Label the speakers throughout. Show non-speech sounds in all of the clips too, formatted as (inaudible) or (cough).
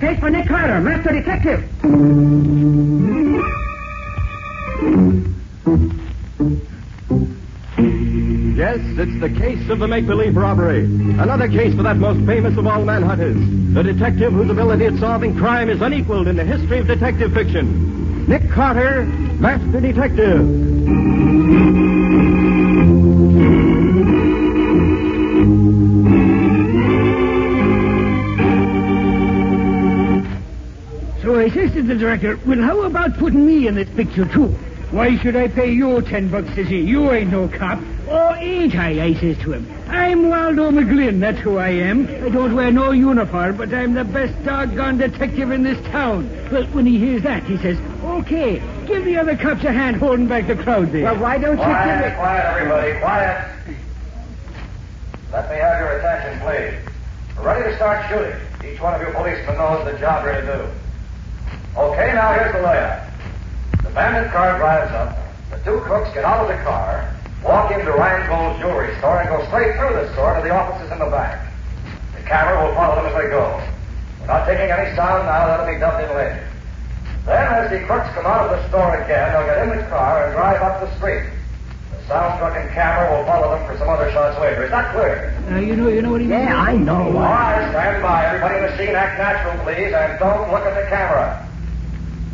Speaker 1: case for Nick Carter, Master Detective.
Speaker 2: Yes, it's the case of the make-believe robbery. Another case for that most famous of all manhunters, the detective whose ability at solving crime is unequaled in the history of detective fiction. Nick Carter, Master Detective.
Speaker 3: So I says to the director, well, how about putting me in this picture, too? Why should I pay you ten bucks to see? You ain't no cop. Oh, ain't I? I says to him. I'm Waldo McGlynn, that's who I am. I don't wear no uniform, but I'm the best doggone detective in this town. Well, when he hears that, he says, okay, give the other cops a hand holding back the crowd there.
Speaker 1: Well, why don't you give
Speaker 4: Quiet,
Speaker 1: it...
Speaker 4: quiet, everybody, quiet. Let me have your attention, please. We're ready to start shooting. Each one of you policemen knows the job you're to do. Okay, now here's the layout. The bandit car drives up. The two crooks get out of the car, walk into Rhinegold's jewelry store, and go straight through the store to the offices in the back. The camera will follow them as they go. We're not taking any sound now. That'll be dubbed in later. Then, as the crooks come out of the store again, they'll get in the car and drive up the street. The sound-stricken camera will follow them for some other shots later. Is that clear?
Speaker 3: Now, Uh, you know, you know what he means?
Speaker 1: Yeah, I
Speaker 3: Oh,
Speaker 1: know.
Speaker 4: All right, stand by. Everybody in the scene, act natural, please, and don't look at the camera.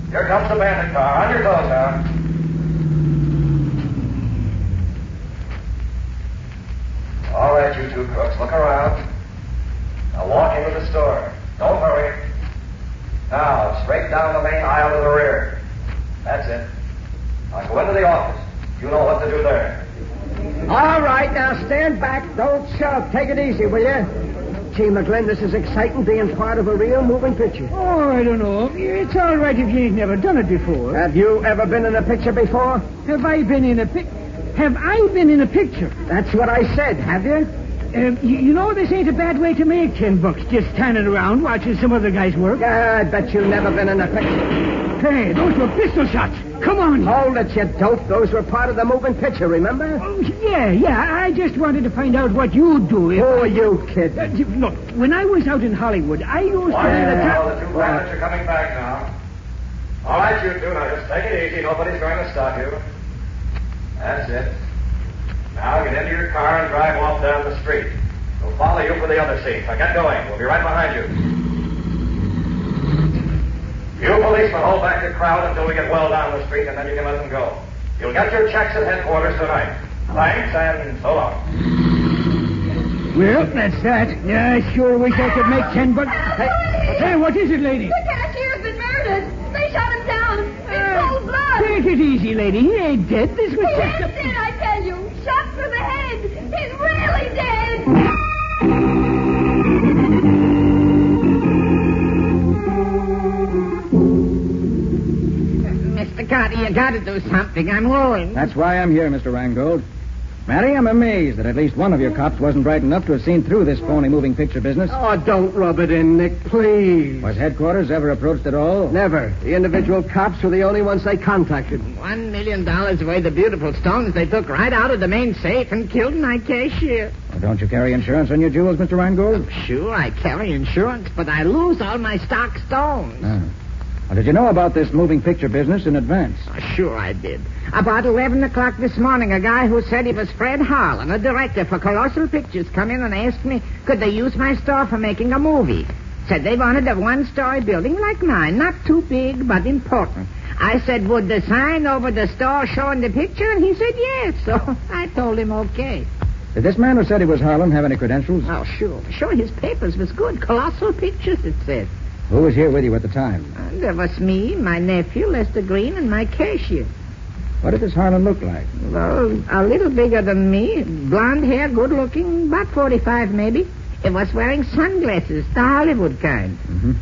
Speaker 4: Here comes the bandit car. On your goes now. All right, you two crooks, look around. Now walk into the store. Don't hurry. Now, straight down the main aisle to the rear. That's it. Now go into the office. You know what to do there.
Speaker 1: All right, now stand back. Don't shove. Take it easy, will you? Gee, McGlynn, this is exciting being part of a real moving picture.
Speaker 3: Oh, I don't know. It's all right if you ain't never done it before.
Speaker 1: Have you ever been in a picture before?
Speaker 3: Have I been in a pic? Have I been in a picture?
Speaker 1: That's what I said, have you?
Speaker 3: Um, you, you know this ain't a bad way to make ten bucks. Just standing around watching some other guys work.
Speaker 1: Yeah, I bet you've never been in a picture.
Speaker 3: Hey, those were pistol shots. Come on.
Speaker 1: Hold it, you dope. Those were part of the moving picture, remember?
Speaker 3: Oh, yeah, yeah. I just wanted to find out what you'd do
Speaker 1: Who
Speaker 3: if.
Speaker 1: are you, kid?
Speaker 3: Uh, you- look, when I was out in Hollywood, I used
Speaker 4: Watch
Speaker 3: to be
Speaker 4: it
Speaker 3: the
Speaker 4: now.
Speaker 3: top.
Speaker 4: The two bandits are coming back now. All right, you two. Now just take it easy. Nobody's going to stop you. That's it. Now get into your car and drive off down the street. We'll follow you for the other seats. Now get going. We'll be right behind you. You policemen hold back the crowd until we get well down the street, and then you can let them go. You'll get your checks at headquarters tonight. Thanks, and so long.
Speaker 3: Well, that's that. Yeah, I sure wish I could make ten bucks. Hey, hey, what is it, lady?
Speaker 5: The cashier's been murdered. They shot him down in cold blood.
Speaker 3: Take it easy, lady. He ain't dead. This was
Speaker 5: He
Speaker 3: just
Speaker 5: is
Speaker 3: a.
Speaker 5: dead, I tell you. Shot through the head. He's really dead.
Speaker 6: Mr. Carter, you gotta do something. I'm ruined.
Speaker 2: That's why I'm here, Mr. Rangold. Matty, I'm amazed that at least one of your cops wasn't bright enough to have seen through this phony moving picture business.
Speaker 1: Oh, don't rub it in, Nick, please.
Speaker 2: Was headquarters ever approached at all?
Speaker 1: Never. The individual cops were the only ones they contacted.
Speaker 6: One million dollars worth of beautiful stones they took right out of the main safe and killed my cashier.
Speaker 2: Well, Don't you carry insurance on your jewels, Mr. Rangold?
Speaker 6: Sure, I carry insurance, but I lose all my stock stones.
Speaker 1: Ah.
Speaker 2: No. Well, did you know about this moving picture business in advance?
Speaker 6: Oh, sure, I did. About 11 o'clock this morning, a guy who said he was Fred Harlan, a director for Colossal Pictures, come in and asked me, could they use my store for making a movie? Said they wanted a one-story building like mine, not too big, but important. I said, would the sign over the store showing the picture? And he said yes, so (laughs) I told him okay.
Speaker 2: Did this man who said he was Harlan have any credentials?
Speaker 6: Oh, sure. Sure, his papers was good. Colossal pictures, it said.
Speaker 2: Who was here with you at the time?
Speaker 6: Uh, there was me, my nephew, Lester Green, and my cashier.
Speaker 2: What did this Harlan look like?
Speaker 6: Well, a little bigger than me. Blonde hair, good looking, about 45 maybe. He was wearing sunglasses, the Hollywood kind.
Speaker 2: Mm-hmm.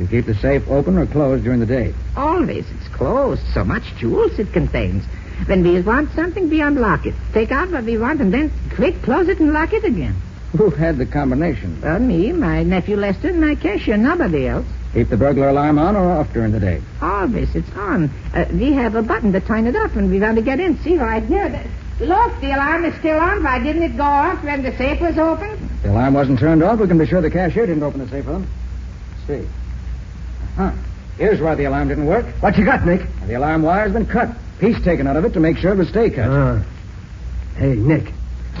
Speaker 2: You keep the safe open or closed during the day?
Speaker 6: Always, it's closed. So much jewels it contains. When we want something, we unlock it. Take out what we want and then quick close it and lock it again.
Speaker 2: Who had the combination?
Speaker 6: Well, me, my nephew Lester, and my cashier, nobody else.
Speaker 2: Keep the burglar alarm on or off during the day?
Speaker 6: Always, it's on. Uh, we have a button to turn it off when we want to get in. See right here. Th- Look, the alarm is still on. Why didn't it go off when the safe was open?
Speaker 2: If the alarm wasn't turned off, we can be sure the cashier didn't open the safe for them. See.
Speaker 7: Huh. Uh-huh. Here's why the alarm didn't work.
Speaker 3: What you got, Nick?
Speaker 7: The alarm wire's been cut. Piece taken out of it to make sure it would stay cut.
Speaker 3: Uh, hey, Nick,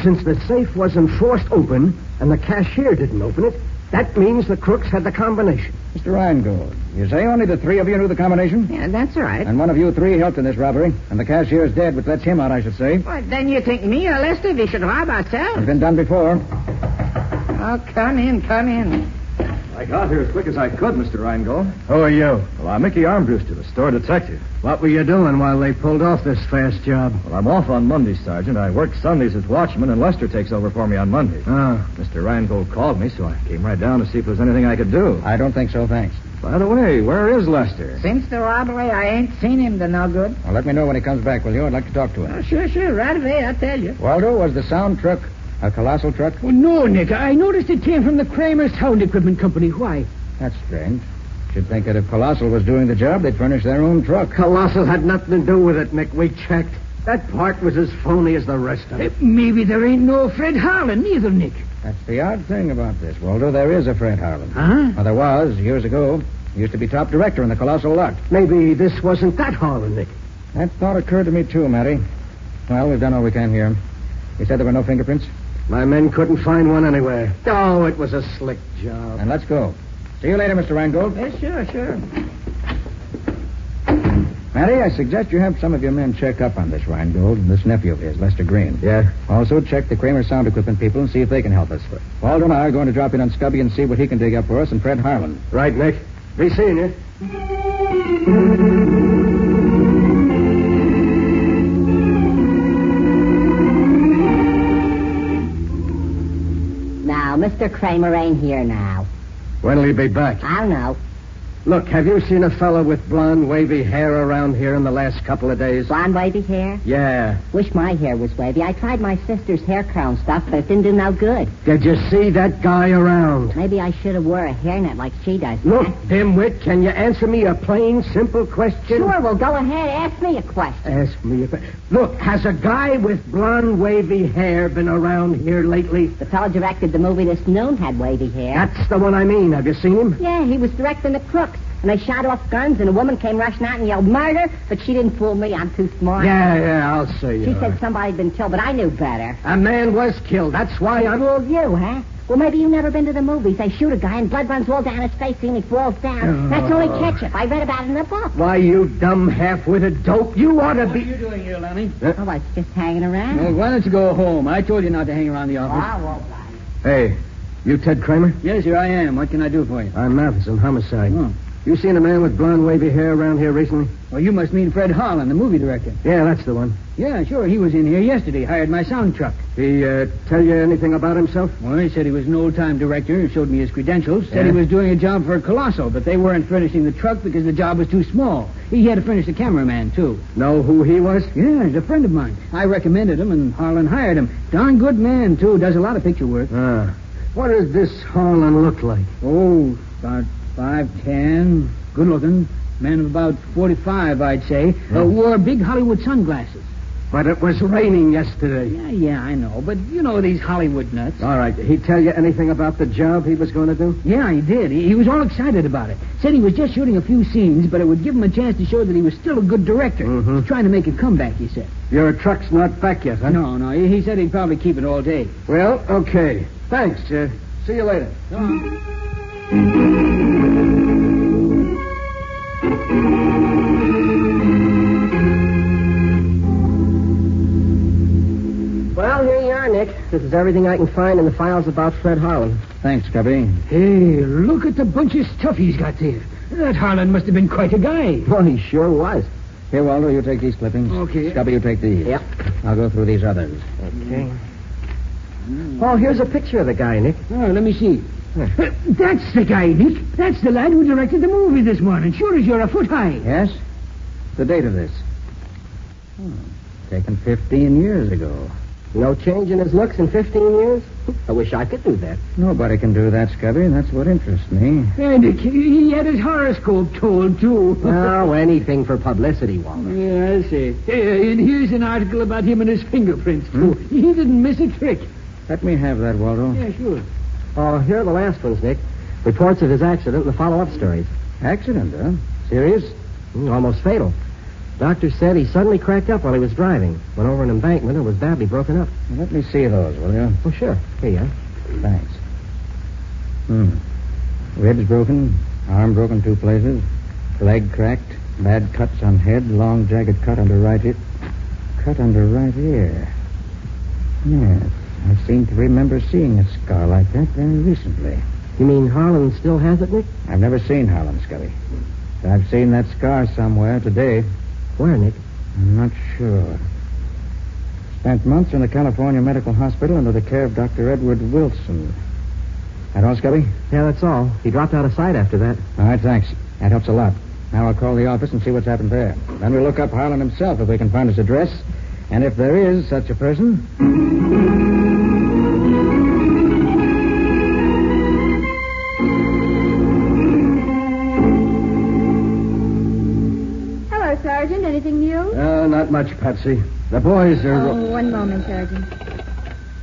Speaker 3: since the safe wasn't forced open and the cashier didn't open it, that means the crooks had the combination.
Speaker 7: Mr. Reingold, you say only the three of you knew the combination?
Speaker 8: Yeah, that's right.
Speaker 7: And one of you three helped in this robbery. And the cashier's dead, which lets him out, I should say.
Speaker 8: Well, then you think me or Lester we should rob
Speaker 7: It's
Speaker 8: ourselves?
Speaker 7: been done before.
Speaker 8: Oh, come in, come in.
Speaker 9: I got here as quick as I could, Mr. Reingold.
Speaker 3: Who are you?
Speaker 9: Well, I'm Mickey Armbruster, the store detective.
Speaker 3: What were you doing while they pulled off this fast job?
Speaker 9: Well, I'm off on Monday, Sergeant. I work Sundays as watchman, and Lester takes over for me on Monday.
Speaker 3: Ah,
Speaker 9: Mr. Reingold called me, so I came right down to see if there was anything I could do.
Speaker 7: I don't think so, thanks.
Speaker 9: By the way, where is Lester?
Speaker 8: Since the robbery, I ain't seen him to no good.
Speaker 7: Well, let me know when he comes back, will you? I'd like to talk to
Speaker 9: Ah,
Speaker 8: Oh,
Speaker 7: him.
Speaker 8: sure, sure, right away, I'll tell you.
Speaker 7: Waldo, was the sound truck a colossal truck?
Speaker 6: Well, Oh, no, Nick. I noticed it came from the Kramer's Sound Equipment Company. Why?
Speaker 7: That's strange. Should think that if Colossal was doing the job, they'd furnish their own truck.
Speaker 3: Colossal had nothing to do with it, Nick. We checked. That part was as phony as the rest of
Speaker 6: Eh,
Speaker 3: it.
Speaker 6: Maybe there ain't no Fred Harlan either, Nick.
Speaker 7: That's the odd thing about this, Waldo. There is a Fred Harlan.
Speaker 6: Huh?
Speaker 7: Well, there was years ago. He used to be top director in the Colossal lot.
Speaker 3: Maybe this wasn't that Harlan, Nick.
Speaker 7: That thought occurred to me too, Matty. Well, we've done all we can here. You said there were no fingerprints,
Speaker 3: My men couldn't find one anywhere. Oh, it was a slick job.
Speaker 7: and let's go. See you later, Mr. Rangold.
Speaker 8: Yeah, sure, sure.
Speaker 7: Matty, I suggest you have some of your men check up on this Rangold and this nephew of his, Lester Green.
Speaker 3: Yeah?
Speaker 7: Also, check the Kramer sound equipment people and see if they can help us. Waldo and I are going to drop in on Scubby and see what he can dig up for us and Fred Harlan.
Speaker 3: Right, Nick. Be seeing you.
Speaker 10: Now, Mr. Kramer ain't here now.
Speaker 3: When'll he be back?
Speaker 10: I don't know.
Speaker 3: Look, have you seen a fellow with blonde, wavy hair around here in the last couple of days?
Speaker 10: Blonde wavy hair?
Speaker 3: Yeah.
Speaker 10: Wish my hair was wavy. I tried my sister's hair curl and stuff, but it didn't do no good.
Speaker 3: Did you see that guy around?
Speaker 10: Maybe I should have wore a hairnet like she does.
Speaker 3: Look, dimwit, can you answer me a plain, simple question?
Speaker 10: Sure, well, go ahead. Ask me a question.
Speaker 3: Ask me if. Look, has a guy with blonde, wavy hair been around here lately?
Speaker 10: The fellow directed the movie this noon had wavy hair.
Speaker 3: That's the one I mean. Have you seen him?
Speaker 10: Yeah, he was directing the crooks. And they shot off guns, and a woman came rushing out and yelled, murder! But she didn't fool me. I'm too smart.
Speaker 3: Yeah, yeah, I'll say you.
Speaker 10: She
Speaker 3: are.
Speaker 10: said somebody'd been killed, but I knew better.
Speaker 3: A man was killed. That's why I'm.
Speaker 10: Fooled you, huh? Well, maybe you've never been to the movies. They shoot a guy and blood runs all down his face and he falls down. That's only ketchup. I read about it in a book.
Speaker 3: Why, you dumb, half-witted dope. You ought to be.
Speaker 6: doing here, Lonnie?
Speaker 10: Oh, I was just hanging around.
Speaker 6: Well, why don't you go home? I told you not to hang around the office.
Speaker 10: I won't lie.
Speaker 3: Hey, you Ted Kramer?
Speaker 6: Yes, here I am. What can I do for you?
Speaker 3: I'm Matheson, homicide.
Speaker 6: Oh.
Speaker 3: You seen a man with blonde, wavy hair around here recently?
Speaker 6: Well, you must mean Fred Harlan, the movie director.
Speaker 3: Yeah, that's the one.
Speaker 6: Yeah, sure. He was in here yesterday. Hired my sound truck.
Speaker 3: He uh, tell you anything about himself?
Speaker 6: Well, he said he was an old-time director and showed me his credentials. Said he
Speaker 3: Yeah.
Speaker 6: was doing a job for Colossal, but they weren't furnishing the truck because the job was too small. He had to furnish the cameraman, too.
Speaker 3: Know who he was?
Speaker 6: Yeah, he's a friend of mine. I recommended him, and Harlan hired him. Darn good man, too. Does a lot of picture work.
Speaker 3: Ah. What does this Harlan look like?
Speaker 6: Oh, about five ten, good looking, man of about forty-five, I'd say. Uh, wore big Hollywood sunglasses.
Speaker 3: But it was raining yesterday.
Speaker 6: Yeah, yeah, I know, but you know these Hollywood nuts.
Speaker 3: All right. Did he tell you anything about the job he was going to do?
Speaker 6: Yeah, he did. He, he was all excited about it. Said he was just shooting a few scenes, but it would give him a chance to show that he was still a good director.
Speaker 3: Mhm.
Speaker 7: Mm-hmm.
Speaker 6: He's trying to make a comeback, he said.
Speaker 3: Your truck's not back yet, huh?
Speaker 6: No, no, he, he said he'd probably keep it all day.
Speaker 3: Well, okay. Thanks, uh, See you later.
Speaker 8: Well, here you are, Nick. This is everything I can find in the files about Fred Harlan.
Speaker 7: Thanks, Scubby.
Speaker 6: Hey, look at the bunch of stuff he's got there. That Harlan must have been quite a guy.
Speaker 8: Well, he sure was.
Speaker 7: Here, Waldo, you take these clippings.
Speaker 6: Okay.
Speaker 7: Scubby, you take these.
Speaker 8: Yep.
Speaker 7: I'll go through these others.
Speaker 8: Okay. Oh, here's a picture of the guy, Nick.
Speaker 6: Oh, let me see. (laughs) Uh, That's the guy, Nick. That's the lad who directed the movie this morning. Sure as you're a foot high.
Speaker 7: Yes? The date of this? Hmm. Taken 15 years ago.
Speaker 8: No change in his looks in 15 years? I wish I could do that.
Speaker 7: Nobody can do that, Scubby, and that's what interests
Speaker 8: (laughs)
Speaker 7: me.
Speaker 6: And Nick, he had his horoscope told, (laughs) too.
Speaker 8: No, anything for publicity, Walter.
Speaker 6: Oh, Yeah, I see. Hey, uh, and here's an article about him and his fingerprints, too. He didn't miss a trick.
Speaker 7: Let me have that, Waldo.
Speaker 6: Hmm? Yeah, sure.
Speaker 11: Uh,
Speaker 8: Oh, here are the last ones, Nick. Reports of his accident and the follow-up stories.
Speaker 3: Accident, huh?
Speaker 11: Serious? Mm, Almost fatal. Doctor said he suddenly cracked up while he was driving. Went over an embankment and was badly broken up.
Speaker 3: Let me see those, will you?
Speaker 11: Oh, sure. Here you are.
Speaker 3: Thanks. Hmm. Ribs broken, arm broken two places, leg cracked, bad cuts on head, long jagged cut under right ear. Cut under right ear. Yes, I seem to remember seeing a scar like that very recently.
Speaker 11: You mean Harlan still has it, Nick?
Speaker 3: I've never seen Harlan, Scully. But I've seen that scar somewhere today.
Speaker 11: Where, Nick?
Speaker 3: I'm not sure. Spent months in the California Medical Hospital under the care of Dr. Edward Wilson. That all, Scully?
Speaker 11: Yeah, that's all. He dropped out of sight after that.
Speaker 3: All right, thanks. That helps a lot. Now I'll call the office and see what's happened there. Then we'll look up Harlan himself if we can find his address. And if there is such a person.
Speaker 5: Hello, Sergeant. Anything new?
Speaker 2: Uh, not much, Patsy. The boys are.
Speaker 5: Oh, one moment, Sergeant.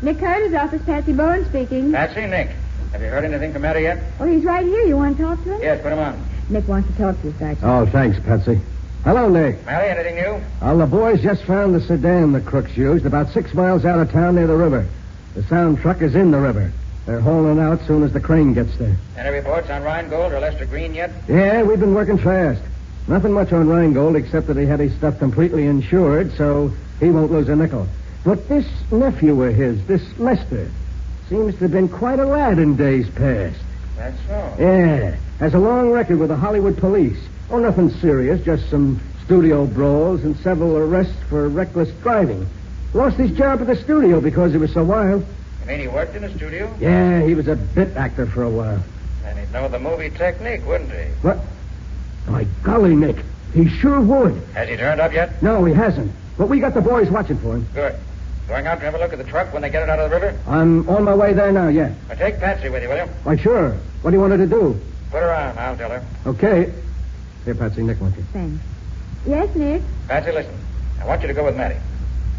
Speaker 5: Nick Carter's office, Patsy Bowen speaking.
Speaker 4: Patsy, Nick. Have you heard anything from Eddie yet?
Speaker 5: Oh, he's right here. You want to talk to him?
Speaker 4: Yes, put him on.
Speaker 5: Nick wants to talk to you, Sergeant.
Speaker 2: Oh, thanks, Patsy. Hello, Nick.
Speaker 4: Mally, anything new?
Speaker 2: Well, the boys just found the sedan the crooks used about six miles out of town near the river. The sound truck is in the river. They're hauling out soon as the crane gets there.
Speaker 4: Any reports on Rheingold or Lester Green yet?
Speaker 2: Yeah, we've been working fast. Nothing much on Rheingold except that he had his stuff completely insured, so he won't lose a nickel. But this nephew of his, this Lester, seems to have been quite a lad in days past.
Speaker 4: That's so.
Speaker 2: Yeah, has a long record with the Hollywood police. Oh, nothing serious, just some studio brawls and several arrests for reckless driving. Lost his job at the studio because he was so wild.
Speaker 4: You mean he worked in a studio?
Speaker 2: Yeah, he was a bit actor for a while.
Speaker 4: And he'd know the movie technique, wouldn't he?
Speaker 2: What? My golly, Nick, he sure would.
Speaker 4: Has he turned up yet?
Speaker 2: No, he hasn't. But we got the boys watching for him.
Speaker 4: Good. Going out to have a look at the truck when they get it out of the river?
Speaker 2: I'm on my way there now, yeah.
Speaker 4: Now take Patsy with you, will you?
Speaker 2: Why, sure. What do you want her to do?
Speaker 4: Put her on. I'll tell her.
Speaker 2: Okay. Here, Patsy, Nick wants you.
Speaker 5: Thanks. Yes, Nick?
Speaker 4: Patsy, listen. I want you to go with Matty.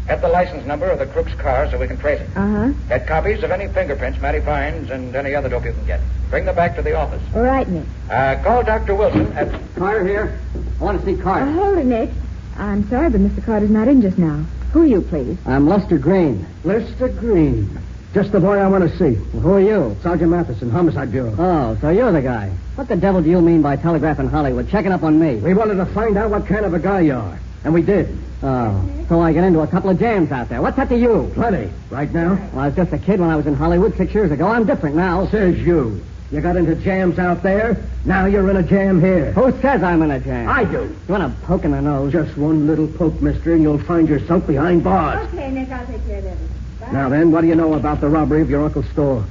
Speaker 4: Get the license number of the crook's car so we can trace it.
Speaker 5: Uh-huh.
Speaker 4: Get copies of any fingerprints Matty finds and any other dope you can get. Bring them back to the office.
Speaker 5: All right, Nick.
Speaker 4: Uh, call Dr. Wilson at...
Speaker 11: Carter here. I want to see
Speaker 5: Uh,
Speaker 11: Carter.
Speaker 5: hold it, Nick. I'm sorry, but Mr. Carter's not in just now. Who are you, please?
Speaker 11: I'm Lester Green. Lester Green. Just the boy I want to see. who are you? Sergeant Matheson, Homicide Bureau.
Speaker 3: Oh, so you're the guy. What the devil do you mean by telegraphing Hollywood? Checking up on me.
Speaker 11: We wanted to find out what kind of a guy you are. And we did.
Speaker 3: Oh, so I get into a couple of jams out there. What's that to you?
Speaker 11: Plenty. Right now?
Speaker 3: Well, I was just a kid when I was in Hollywood six years ago. I'm different now.
Speaker 11: Says you. You got into jams out there. Now you're in a jam here.
Speaker 3: Who says I'm in a jam?
Speaker 11: I do.
Speaker 3: You want a poke in the nose?
Speaker 11: Just one little poke, mister, and you'll find yourself behind bars.
Speaker 5: Okay, Nick, I'll take care of everything. Bye.
Speaker 11: Now then, what do you know about the robbery of your uncle's store?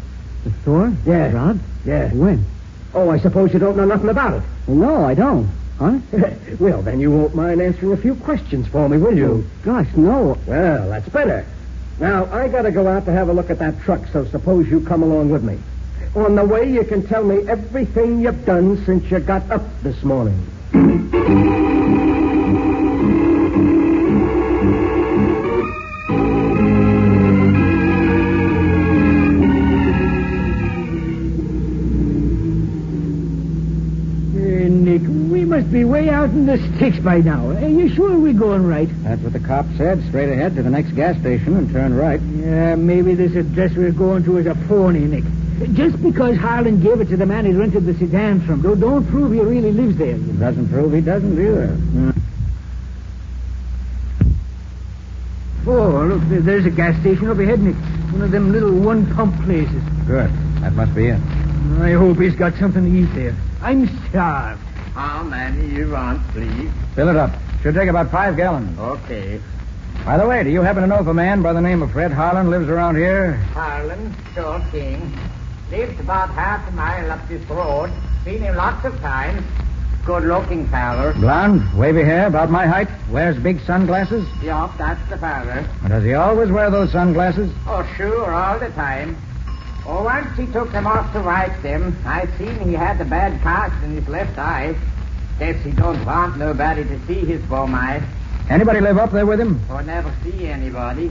Speaker 3: The store?
Speaker 11: Yeah.
Speaker 3: Rob?
Speaker 11: Yeah.
Speaker 3: When?
Speaker 11: Oh, I suppose you don't know nothing about
Speaker 3: Well, no, I don't. Huh?
Speaker 11: it. (laughs) well, then you won't mind answering a few questions for me, will you?
Speaker 3: Oh, Gosh, no.
Speaker 11: Well, that's better. Now, I gotta go out to have a look at that truck, so suppose you come along with me. On the way, you can tell me everything you've done since you got up this morning.
Speaker 6: Eh, Nick, we must be way out in the sticks by now. Are you sure we're going right?
Speaker 3: That's what the cop said. Straight ahead to the next gas station and turn right.
Speaker 6: Yeah, maybe this address we're going to is a phony, Nick. Just because Harlan gave it to the man he rented the sedan from, though, don't prove he really lives there. you know.
Speaker 3: Doesn't prove he doesn't either. Hmm,
Speaker 6: Oh, look, there- there's a gas station overhead, Nick. One of them little one-pump places.
Speaker 3: Good. That must be it.
Speaker 6: I hope he's got something to eat there. I'm starved.
Speaker 3: How many Ah, you want, please? Fill it up. Should take about five gallons. Okay. By the way, do you happen to know if a man by the name of Fred Harlan lives around here?
Speaker 12: Harlan, sure thing. Lives about half a mile up this road. Seen him lots of times. Good looking feller.
Speaker 3: Blonde, wavy hair, about my height, wears big sunglasses.
Speaker 12: Yup, that's the feller.
Speaker 3: Does he always wear those sunglasses?
Speaker 12: Oh, sure, all the time. Oh, once he took them off to wipe them. I seen he had a bad cast in his left eye. Guess he don't want nobody to see his bum eye,
Speaker 3: Anybody live up there with him?
Speaker 12: or never see anybody.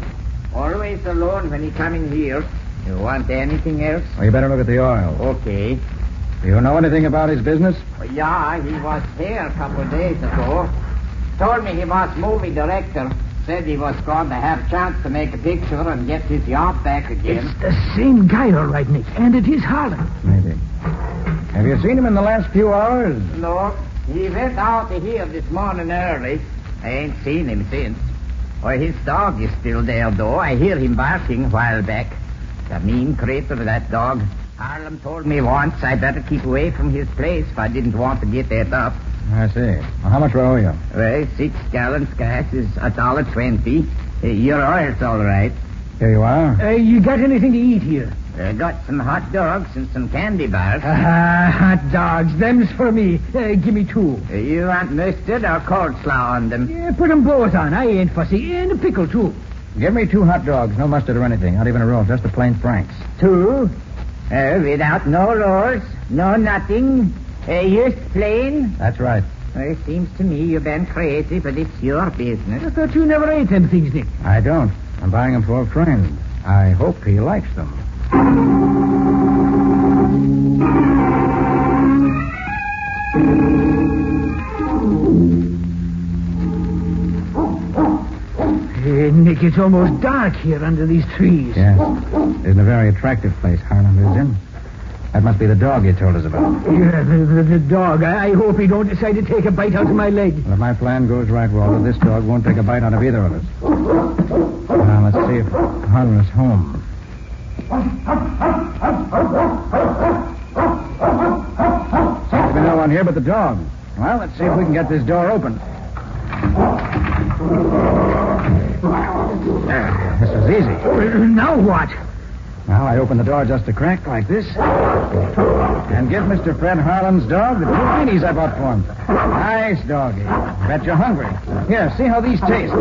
Speaker 12: Always alone when he coming here. You want anything else?
Speaker 3: Well, you better look at the oil. Oh,
Speaker 12: Okay.
Speaker 3: Do you know anything about his business?
Speaker 12: Well, yeah, he was here a couple of days ago. Told me he was movie director. Said he was going to have chance to make a picture and get his yacht back again.
Speaker 6: The same guy, all right, Nick. And it is Harlan.
Speaker 3: Maybe. Have you seen him in the last few hours?
Speaker 12: No, he went out to here this morning early. I ain't seen him since. Well, his dog is still there, though. I hear him barking a while back. The mean creature, that dog. Harlem told me once I better keep away from his place if I didn't want to get that up.
Speaker 3: I see. Well, how much owe you?
Speaker 12: Well, six gallons gas is a dollar twenty. Uh, Your oil's all right.
Speaker 3: Here you are.
Speaker 6: Uh, you got anything to eat here?
Speaker 12: Uh, got some hot dogs and some
Speaker 3: (laughs)
Speaker 12: candy bars.
Speaker 6: Ah, hot dogs. Them's for me. Uh, give me two.
Speaker 12: Uh, You want mustard or coleslaw on them?
Speaker 6: Yeah, put 'em both on. I ain't fussy. And a pickle, too.
Speaker 3: Give me two hot dogs, no mustard or anything, not even a roll, just the plain franks.
Speaker 12: Two? Uh, without no rolls, no nothing. Uh, just plain.
Speaker 3: That's right.
Speaker 12: Well, it seems to me you've been crazy, but it's your business.
Speaker 6: I thought you never ate them things, Nick.
Speaker 3: I don't. I'm buying them for a friend. I hope he likes them.
Speaker 6: Eh, Nick, it's almost dark here under these trees.
Speaker 3: Yes. Isn't a very attractive place Harlan lives in. That must be the dog you told us about.
Speaker 6: Yeah, the, the, the dog. I, I hope he don't decide to take a bite out of my leg.
Speaker 3: Well, if my plan goes right, Walter, this dog won't take a bite out of either of us. Now, let's see if Harlan is home. Seems to be no one here but the dog. Well, let's see if we can get this door open. There, this was easy.
Speaker 6: Eh, Now what?
Speaker 3: Now I open the door just a crack like this, and give Mr. Fred Harlan's dog the two guineas I bought for him. Nice doggy. Bet you're hungry. Here, see how these taste.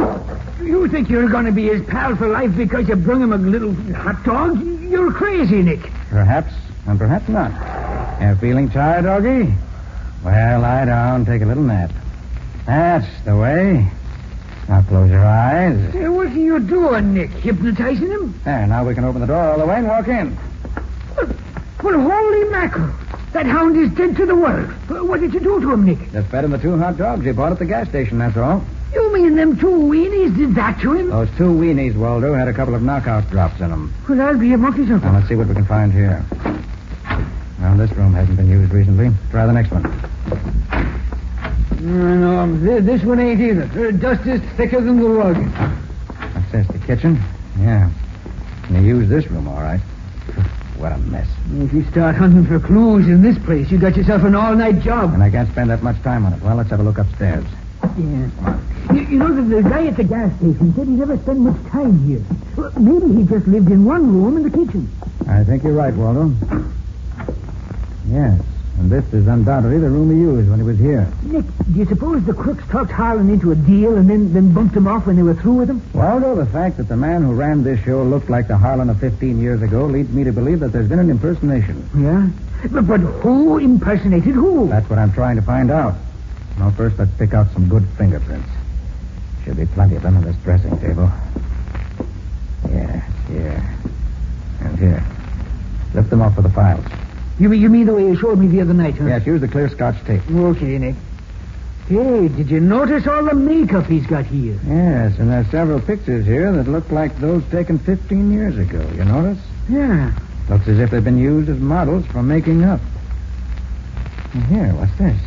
Speaker 6: You think you're going to be his pal for life because you brung him a little hot dog? You're crazy, Nick.
Speaker 3: Perhaps, and perhaps not. And feeling tired, doggy? Well, lie down, take a little nap. That's the way. Now close your eyes.
Speaker 6: Eh, What are you doing, Nick? Hypnotizing him?
Speaker 3: There, now we can open the door all the way and walk in.
Speaker 6: Well, holy mackerel. That hound is dead to the world. Uh, What did you do to him, Nick?
Speaker 3: Just fed him the two hot dogs he bought at the gas station, that's all.
Speaker 6: You mean them two weenies did that to him?
Speaker 3: Those two weenies, Waldo, had a couple of knockout drops in them.
Speaker 6: Well, I'll be a monkey's uncle.
Speaker 3: Now, let's see what we can find here. Well, this room hasn't been used recently. Try the next one.
Speaker 6: No, no, this one ain't either. Her dust is thicker than the rug.
Speaker 3: What's this, the kitchen? Yeah. And they used this room, all right. What a mess.
Speaker 6: If you start hunting for clues in this place, you got yourself an all-night job.
Speaker 3: And I can't spend that much time on it. Well, let's have a look upstairs.
Speaker 6: Yeah. You, you know, the, the guy at the gas station said he never spent much time here. Well, maybe he just lived in one room in the kitchen.
Speaker 3: I think you're right, Waldo. Yes, and this is undoubtedly the room he used when he was here.
Speaker 6: Nick, do you suppose the crooks talked Harlan into a deal and then, then bumped him off when they were through with him?
Speaker 3: Waldo, the fact that the man who ran this show looked like the Harlan of 15 years ago leads me to believe that there's been an impersonation.
Speaker 6: Yeah. But, but who impersonated who?
Speaker 3: That's what I'm trying to find out. Now, first, let's pick out some good fingerprints. Should be plenty of them on this dressing table. Here, here, and here. Lift them off with the files.
Speaker 6: You, mean- you mean the way you showed me the other night, huh?
Speaker 3: Yes, use the clear scotch tape.
Speaker 6: Okay, Nick. Hey, did you notice all the makeup he's got here?
Speaker 3: Yes, and there's several pictures here that look like those taken 15 years ago. You notice?
Speaker 6: Yeah.
Speaker 3: Looks as if they've been used as models for making up. And here, what's this?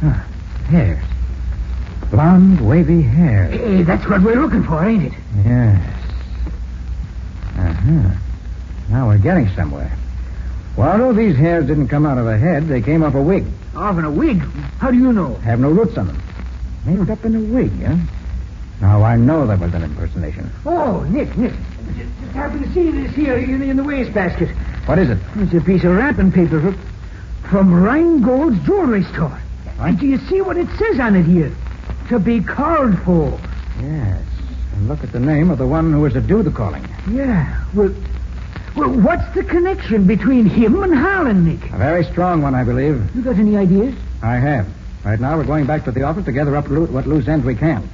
Speaker 3: Huh, hairs. Blonde, wavy hair.
Speaker 6: Hey, that's what we're looking for, ain't it?
Speaker 3: Yes. Uh-huh. Now we're getting somewhere. Waldo, these hairs didn't come out of a head. They came off a wig.
Speaker 6: Off in a wig? How do you know?
Speaker 3: Have no roots on them. Made up in a wig, huh? Now I know that was an impersonation.
Speaker 6: Oh, Nick, Nick. Just, just happened to see this here in, in the wastebasket.
Speaker 3: What is it?
Speaker 6: It's a piece of wrapping paper from, from Rheingold's jewelry store. And do you see what it says on it here? To be called for.
Speaker 3: Yes. And look at the name of the one who was to do the calling.
Speaker 6: Yeah. Well, well, what's the connection between him and Harlan, Nick?
Speaker 3: A very strong one, I believe.
Speaker 6: You got any ideas?
Speaker 3: I have. Right now, we're going back to the office to gather up loo- what loose ends we can.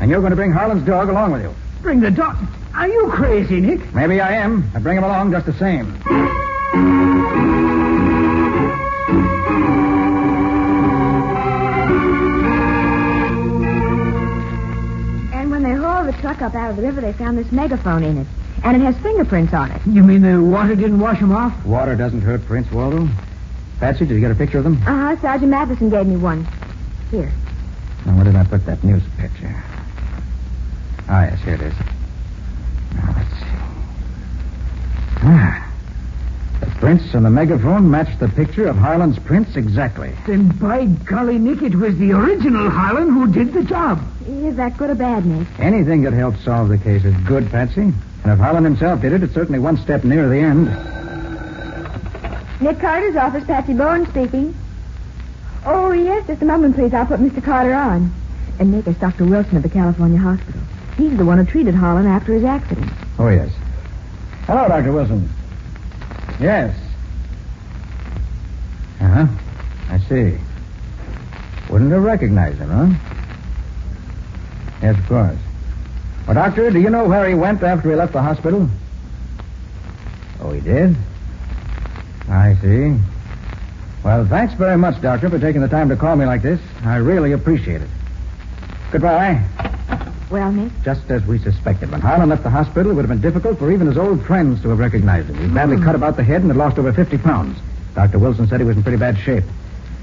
Speaker 3: And you're going to bring Harlan's dog along with you.
Speaker 6: Bring the dog. Are you crazy, Nick?
Speaker 3: Maybe I am, but bring him along just the same.
Speaker 10: up out of the river, they found this megaphone in it. And it has fingerprints on it.
Speaker 6: You mean the water didn't wash them off?
Speaker 3: Water doesn't hurt prints, Waldo. Patsy, did you get a picture of them?
Speaker 10: Uh huh. Sergeant Matheson gave me one. Here.
Speaker 3: Now, where did I put that news picture? Ah, yes, here it is. Now, let's see. Ah. The prints on the megaphone matched the picture of Harlan's prints exactly.
Speaker 6: Then by golly, Nick, it was the original Harlan who did the job.
Speaker 10: Is that good or bad, Nick?
Speaker 3: Anything that helps solve the case is good, Patsy. And if Harlan himself did it, it's certainly one step nearer the end.
Speaker 10: Nick Carter's office, Patsy Bowen speaking. Oh, yes, just a moment, please. I'll put Mr. Carter on. And Nick, it's Dr. Wilson of the California hospital. He's the one who treated Harlan after his accident.
Speaker 3: Oh, yes. Hello, Dr. Wilson. Yes. Uh huh. I see. Wouldn't have recognized him, huh? Yes, of course. Well, Doctor, do you know where he went after he left the hospital? Oh, he did? I see. Well, thanks very much, Doctor, for taking the time to call me like this. I really appreciate it. Goodbye.
Speaker 10: Well, Nick?
Speaker 3: Just as we suspected, when Harlan left the hospital, it would have been difficult for even his old friends to have recognized him. He was badly cut about the head and had lost over 50 pounds. Dr. Wilson said he was in pretty bad shape.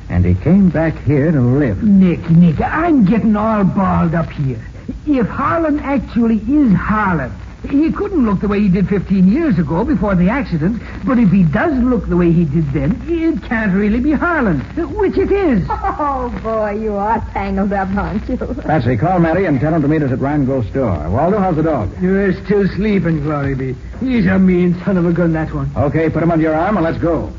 Speaker 3: And he came back here to live.
Speaker 6: Nick, Nick, I'm getting all balled up here. If Harlan actually is Harlan, he couldn't look the way he did 15 years ago before the accident, but if he does look the way he did then, it can't really be Harlan, which it is.
Speaker 10: Oh, boy, you are tangled up, aren't you?
Speaker 3: Patsy, call Matty and tell him to meet us at Rango's store. Waldo, how's the dog?
Speaker 6: You're still sleeping, Glory be. He's a mean son of a gun, that one.
Speaker 3: Okay, put him under your arm and let's go.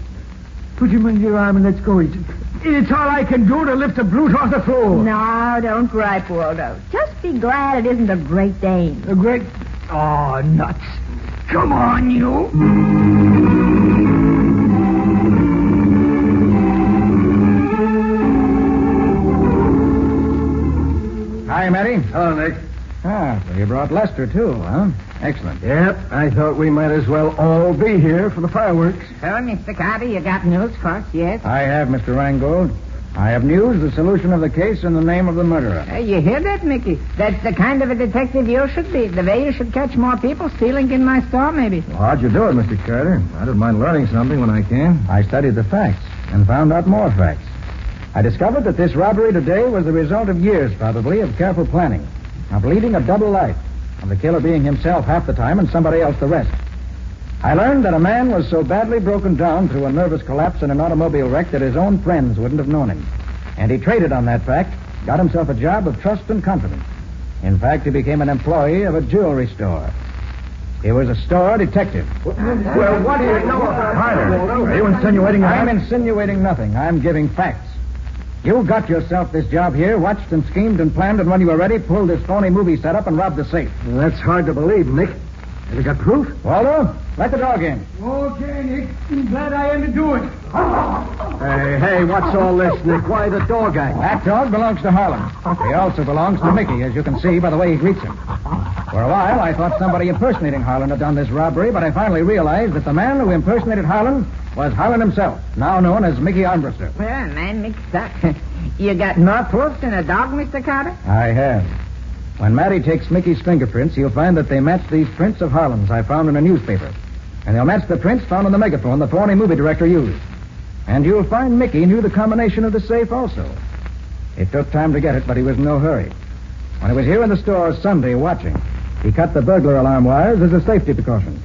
Speaker 6: Put him under your arm and let's go. It's, it's all I can do to lift a brute off the floor.
Speaker 10: No, don't gripe, Waldo. Just be glad it isn't a great Dane.
Speaker 6: A great. Oh, nuts. Come on, you.
Speaker 3: Hi, Matty.
Speaker 2: Hello, Nick.
Speaker 3: Ah, so you brought Lester, too, huh? Excellent.
Speaker 11: Yep, I thought we might as well all be here for the fireworks.
Speaker 12: So, Mr. Carter, you got news for us, yes?
Speaker 3: I have, Mr. Rangold. I have news, the solution of the case, and the name of the murderer.
Speaker 12: Uh, you hear that, Mickey? That's the kind of a detective you should be. The way you should catch more people stealing in my store, maybe.
Speaker 2: Well, how'd you do it, Mr. Carter? I don't mind learning something when I can.
Speaker 3: I studied the facts and found out more facts. I discovered that this robbery today was the result of years, probably, of careful planning, of leading a double life, of the killer being himself half the time and somebody else the rest. I learned that a man was so badly broken down through a nervous collapse in an automobile wreck that his own friends wouldn't have known him. And he traded on that fact, got himself a job of trust and confidence. In fact, he became an employee of a jewelry store. He was a store detective.
Speaker 11: Well, what do you know about
Speaker 2: Carter, are you insinuating
Speaker 3: I'm
Speaker 2: that?
Speaker 3: insinuating nothing. I'm giving facts. You got yourself this job here, watched and schemed and planned, and when you were ready, pulled this phony movie setup and robbed the safe.
Speaker 11: That's hard to believe, Nick. Have you got proof?
Speaker 3: Waldo, let the dog in.
Speaker 6: Okay, Nick. I'm glad I am to do it.
Speaker 11: Hey, hey, what's all this, Nick? Why the dog act?
Speaker 3: That dog belongs to Harlan. He also belongs to Mickey, as you can see by the way he greets him. For a while, I thought somebody impersonating Harlan had done this robbery, but I finally realized that the man who impersonated Harlan was Harlan himself, now known as Mickey Armbruster.
Speaker 12: Well, man,
Speaker 10: (laughs)
Speaker 12: mixed up. you got more proof than a dog, Mr. Carter?
Speaker 3: I have. When Matty takes Mickey's fingerprints, he'll find that they match these prints of Harlan's I found in a newspaper. And they'll match the prints found on the megaphone the phony movie director used. And you'll find Mickey knew the combination of the safe also. It took time to get it, but he was in no hurry. When he was here in the store Sunday watching, he cut the burglar alarm wires as a safety precaution.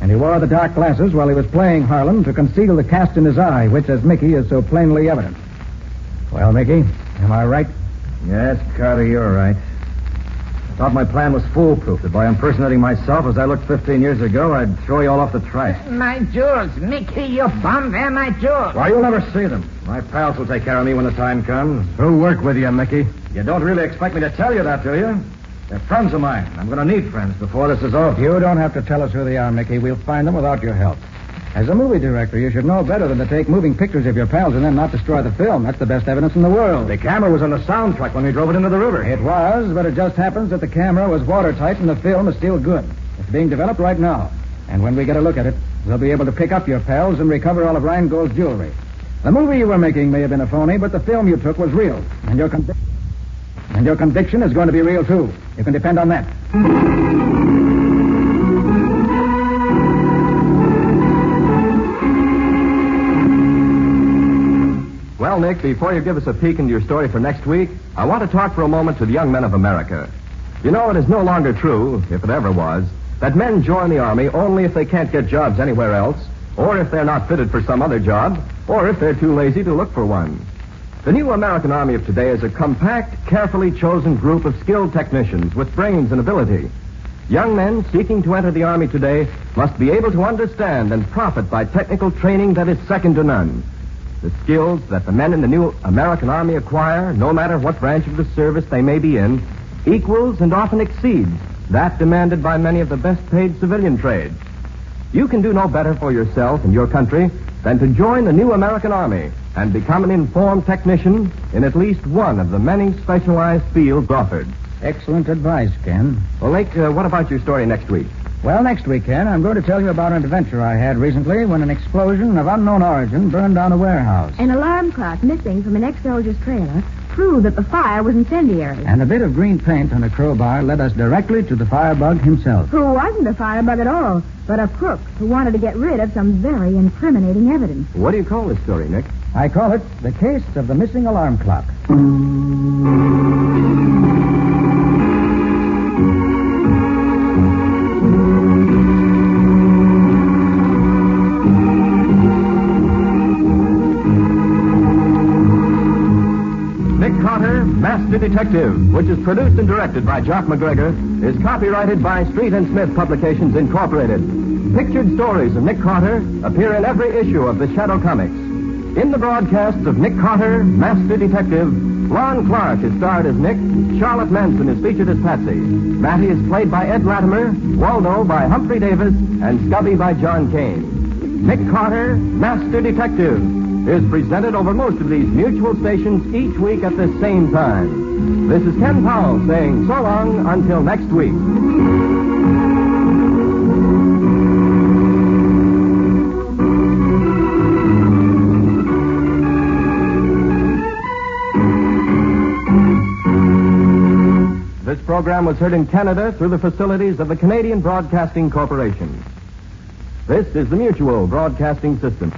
Speaker 3: And he wore the dark glasses while he was playing Harlan to conceal the cast in his eye, which, as Mickey, is so plainly evident. Well, Mickey, am I right?
Speaker 2: Yes, Carter, you're right. I thought my plan was foolproof, that by impersonating myself as I looked 15 years ago, I'd throw you all off the track.
Speaker 12: My jewels, Mickey, you bum. They're my jewels.
Speaker 2: Why, you'll never see them. My pals will take care of me when the time comes. Who work with you, Mickey? You don't really expect me to tell you that, do you? They're friends of mine. I'm going to need friends before this is over.
Speaker 3: You don't have to tell us who they are, Mickey. We'll find them without your help. As a movie director, you should know better than to take moving pictures of your pals and then not destroy the film. That's the best evidence in the world.
Speaker 2: The camera was on the sound truck when we drove it into the river.
Speaker 3: It was, but it just happens that the camera was watertight and the film is still good. It's being developed right now. And when we get a look at it, we'll be able to pick up your pals and recover all of Rheingold's jewelry. The movie you were making may have been a phony, but the film you took was real. And your, con- and your conviction is going to be real, too. You can depend on that. Mike, before you give us a peek into your story for next week, I want to talk for a moment to the young men of America. You know, it is no longer true, if it ever was, that men join the Army only if they can't get jobs anywhere else, or if they're not fitted for some other job, or if they're too lazy to look for one. The new American Army of today is a compact, carefully chosen group of skilled technicians with brains and ability. Young men seeking to enter the Army today must be able to understand and profit by technical training that is second to none. The skills that the men in the new American Army acquire, no matter what branch of the service they may be in, equals and often exceeds that demanded by many of the best paid civilian trades. You can do no better for yourself and your country than to join the new American Army and become an informed technician in at least one of the many specialized fields offered.
Speaker 12: Excellent advice, Ken.
Speaker 3: Well, Lake, uh, what about your story next week?
Speaker 12: Well, next week, Ken, I'm going to tell you about an adventure I had recently when an explosion of unknown origin burned down a warehouse.
Speaker 5: An alarm clock missing from an ex-soldier's trailer proved that the fire was incendiary.
Speaker 12: And a bit of green paint on a crowbar led us directly to the firebug himself.
Speaker 5: Who wasn't a firebug at all, but a crook who wanted to get rid of some very incriminating evidence.
Speaker 3: What do you call this story, Nick?
Speaker 12: I call it The Case of the Missing Alarm Clock.
Speaker 3: Nick Carter, Master Detective, which is produced and directed by Jock McGregor, is copyrighted by Street and Smith Publications Incorporated. Pictured stories of Nick Carter appear in every issue of the Shadow Comics. In the broadcasts of Nick Carter, Master Detective, Lon Clark is starred as Nick, Charlotte Manson is featured as Patsy, Matty is played by Ed Latimer, Waldo by Humphrey Davis, and Stubby by John Kane. Nick Carter, Master Detective, is presented over most of these mutual stations each week at the same time. This is Ken Powell saying so long until next week. This program was heard in Canada through the facilities of the Canadian Broadcasting Corporation. This is the Mutual Broadcasting System.